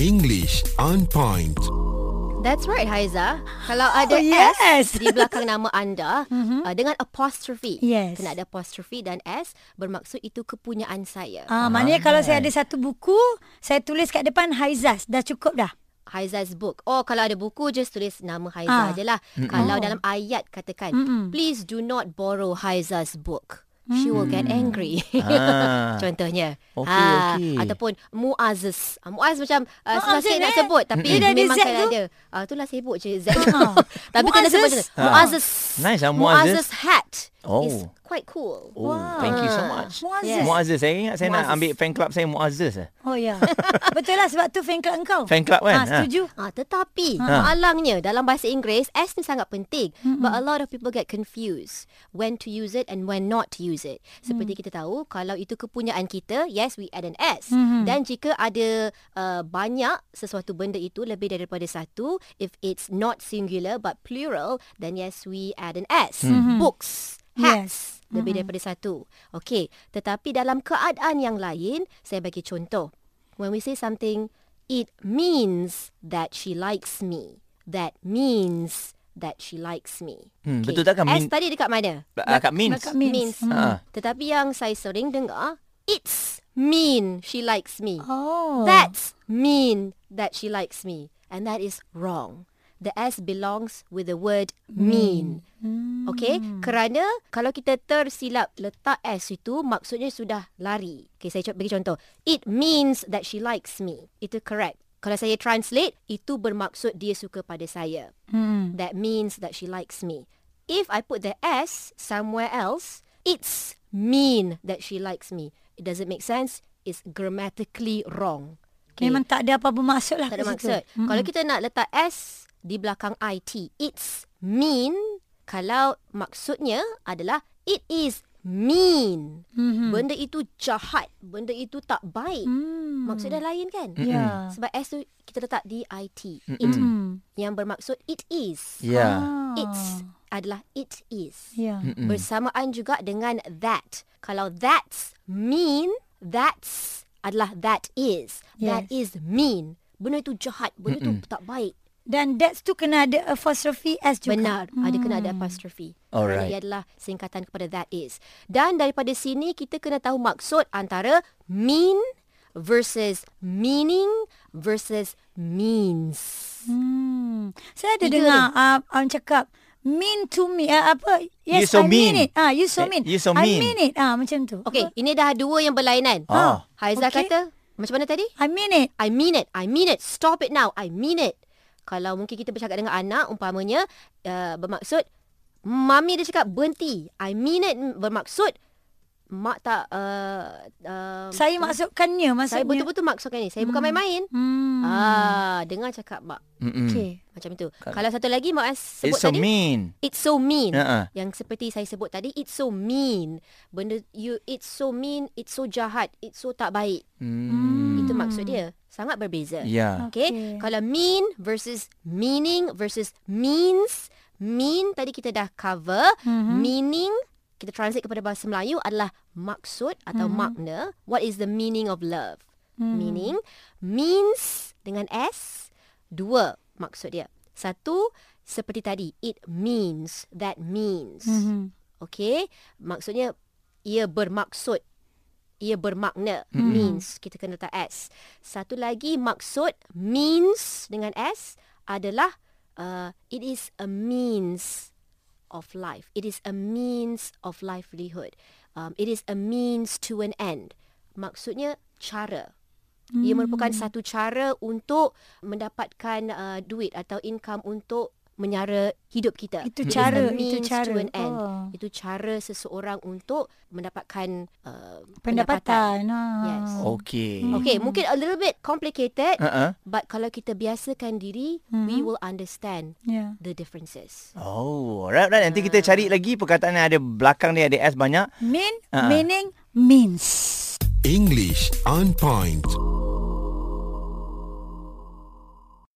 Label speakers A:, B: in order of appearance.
A: English on point.
B: That's right Haiza. Kalau ada
C: Oh, yes.
B: S di belakang nama anda mm-hmm. uh, dengan apostrophe.
C: Yes.
B: Kena ada apostrophe dan S bermaksud itu kepunyaan saya.
C: Ah, maknanya kalau saya ada satu buku, saya tulis kat depan Haizas. Dah cukup dah.
B: Haiza's book. Oh kalau ada buku just tulis nama Haiza
C: Ah.
B: je lah. Kalau dalam ayat katakan please do not borrow Haiza's book. She will
C: Mm.
B: get angry.
D: Ah.
B: Contohnya.
D: Okey,
B: Ah,
D: okey.
B: Ataupun Muazzes. Ah, Muazz macam uh,
C: Ah,
B: susah
C: je,
B: sikit nak
C: eh.
B: sebut. Tapi
C: Dia dah ada
B: memang
C: Z
B: kena
C: tu. Ah.
B: ada. Ah, itulah sibuk je Z. tu. Tapi kena sebut je.
C: Muazzes.
D: Ah.
B: Muazzes.
D: Nice, ah, Muazzes.
B: hat
D: Oh.
B: is quite cool.
D: Oh, thank you so much.
C: Muazzez.
B: Yes.
D: Muazzez. Saya ingat saya nak
B: Muazzez.
D: ambil fan club saya Muazzez. eh.
C: Oh ya. Betul lah sebab tu fan club engkau.
D: Fan club
C: Ah,
D: kan?
C: setuju.
B: Ah, tetapi ha. alangnya dalam bahasa Inggris S ni sangat penting mm-hmm. but a lot of people get confused when to use it and when not to use it. Seperti kita tahu kalau itu kepunyaan kita, yes we add an S. Mm-hmm. Dan jika ada uh, banyak sesuatu benda itu lebih daripada satu, if it's not singular but plural, then yes we add an S. Mm-hmm. Books, hats, yes. lebih mm-hmm. daripada satu. Okey, tetapi dalam keadaan yang lain, saya bagi contoh. When we say something It means that she likes me. That means that she likes me.
D: Hmm, betul takkan
B: S
D: mean-
B: tadi dekat mana?
D: Ah, kat Mins.
C: Kat Mins.
B: Means.
D: Ah.
B: Tetapi yang saya sering dengar, it's mean she likes me.
C: Oh.
B: That's mean that she likes me. And that is wrong. The S belongs with the word mean. Okay? Kerana kalau kita tersilap letak S itu, maksudnya sudah lari. Okay, saya co- bagi contoh. It means that she likes me. Itu correct. Kalau saya translate, itu bermaksud dia suka pada saya.
C: Hmm.
B: That means that she likes me. If I put the S somewhere else, it's mean that she likes me. It doesn't make sense. It's grammatically wrong.
C: Memang tak ada apa-apa maksud lah
B: tak ada
C: kat situ.
B: maksud. Mm-hmm. Kalau kita nak letak S di belakang IT, it's mean. Kalau maksudnya adalah it is mean. Mm-hmm. Benda itu jahat. Benda itu tak baik.
C: Hmm,
B: Mm. Maksudnya lain kan?
C: Ya.
B: Sebab S tu kita letak di IT. It. Yang bermaksud it is.
D: Ya.
B: It's
C: Ah.
B: adalah it is.
C: Ya.
D: Hmm.
B: Bersamaan juga dengan that. Kalau that's mean, that's adalah that is. That is mean. Benda itu jahat, benda itu tak baik.
C: Dan that's tu kena ada apostrophe S juga. Hmm.
B: Benar, ada kena ada apostrophe. Kerana
D: Alright.
B: Ia adalah singkatan kepada that is. Dan daripada sini kita kena tahu maksud antara mean versus meaning versus means.
C: Hmm. Saya ada
B: Tiga
C: dengar uh, orang cakap mean to me uh, apa?
D: You
C: Yes, I
D: so mean.
C: mean it. Ah, you so
D: Eh,
C: mean.
D: you so
C: I
D: mean.
C: mean it. Ah, macam tu.
B: Okey, ini dah dua yang berlainan.
D: Ah.
B: Haiza
C: Okey.
B: kata, macam mana tadi?
C: I mean it.
B: I mean it. I mean it. Stop it now. I mean it. Kalau mungkin kita bercakap dengan anak, umpamanya uh, bermaksud, Mami dia cakap berhenti. I mean it bermaksud, Mak tak, uh, uh,
C: Saya maksudkannya maksudnya.
B: saya betul-betul maksudkan ni. Saya bukan main-main.
C: Hmm.
B: Ah, dengar cakap mak.
C: Okey.
B: Macam itu. Kalau satu lagi mak As sebut
D: It's so
B: tadi.
D: mean.
B: It's so mean.
D: Ya, ah.
B: Yang seperti saya sebut tadi, it's so mean. Benda you, it's so mean, it's so jahat, it's so tak baik. Hmm. Itu maksud dia. Sangat berbeza.
D: Mm, Ya.
B: Okay.
C: Okey.
B: Kalau mean versus meaning versus means. Mean tadi kita dah cover. Mm-hmm. Meaning kita translate kepada bahasa Melayu adalah maksud atau mm-hmm. makna. What is the meaning of love? Mm. Meaning means dengan s dua maksud dia. Satu seperti tadi it means that means. Mm-hmm. Okay. Maksudnya ia bermaksud ia bermakna mm-hmm. means kita kena letak s satu lagi maksud means dengan s adalah uh, it is a means of life it is a means of livelihood um, it is a means to an end maksudnya cara
C: Hmm.
B: ia merupakan satu cara untuk mendapatkan uh, duit atau income untuk menyara hidup kita.
C: Itu
B: It is a
C: cara, itu
B: means
C: cara.
B: To an end.
C: Oh.
B: Itu cara seseorang untuk mendapatkan uh,
C: Pendapatan. Ah.
B: Yes.
D: Okey.
B: Okay, mungkin a little bit complicated,
D: Uh-uh.
B: but kalau kita biasakan diri, we will understand
C: Yeah.
B: the differences.
D: Oh, alright, alright. Nanti kita cari lagi perkataan yang ada belakang dia ada S banyak.
C: Mean
D: Ah.
C: meaning means.
A: English on point.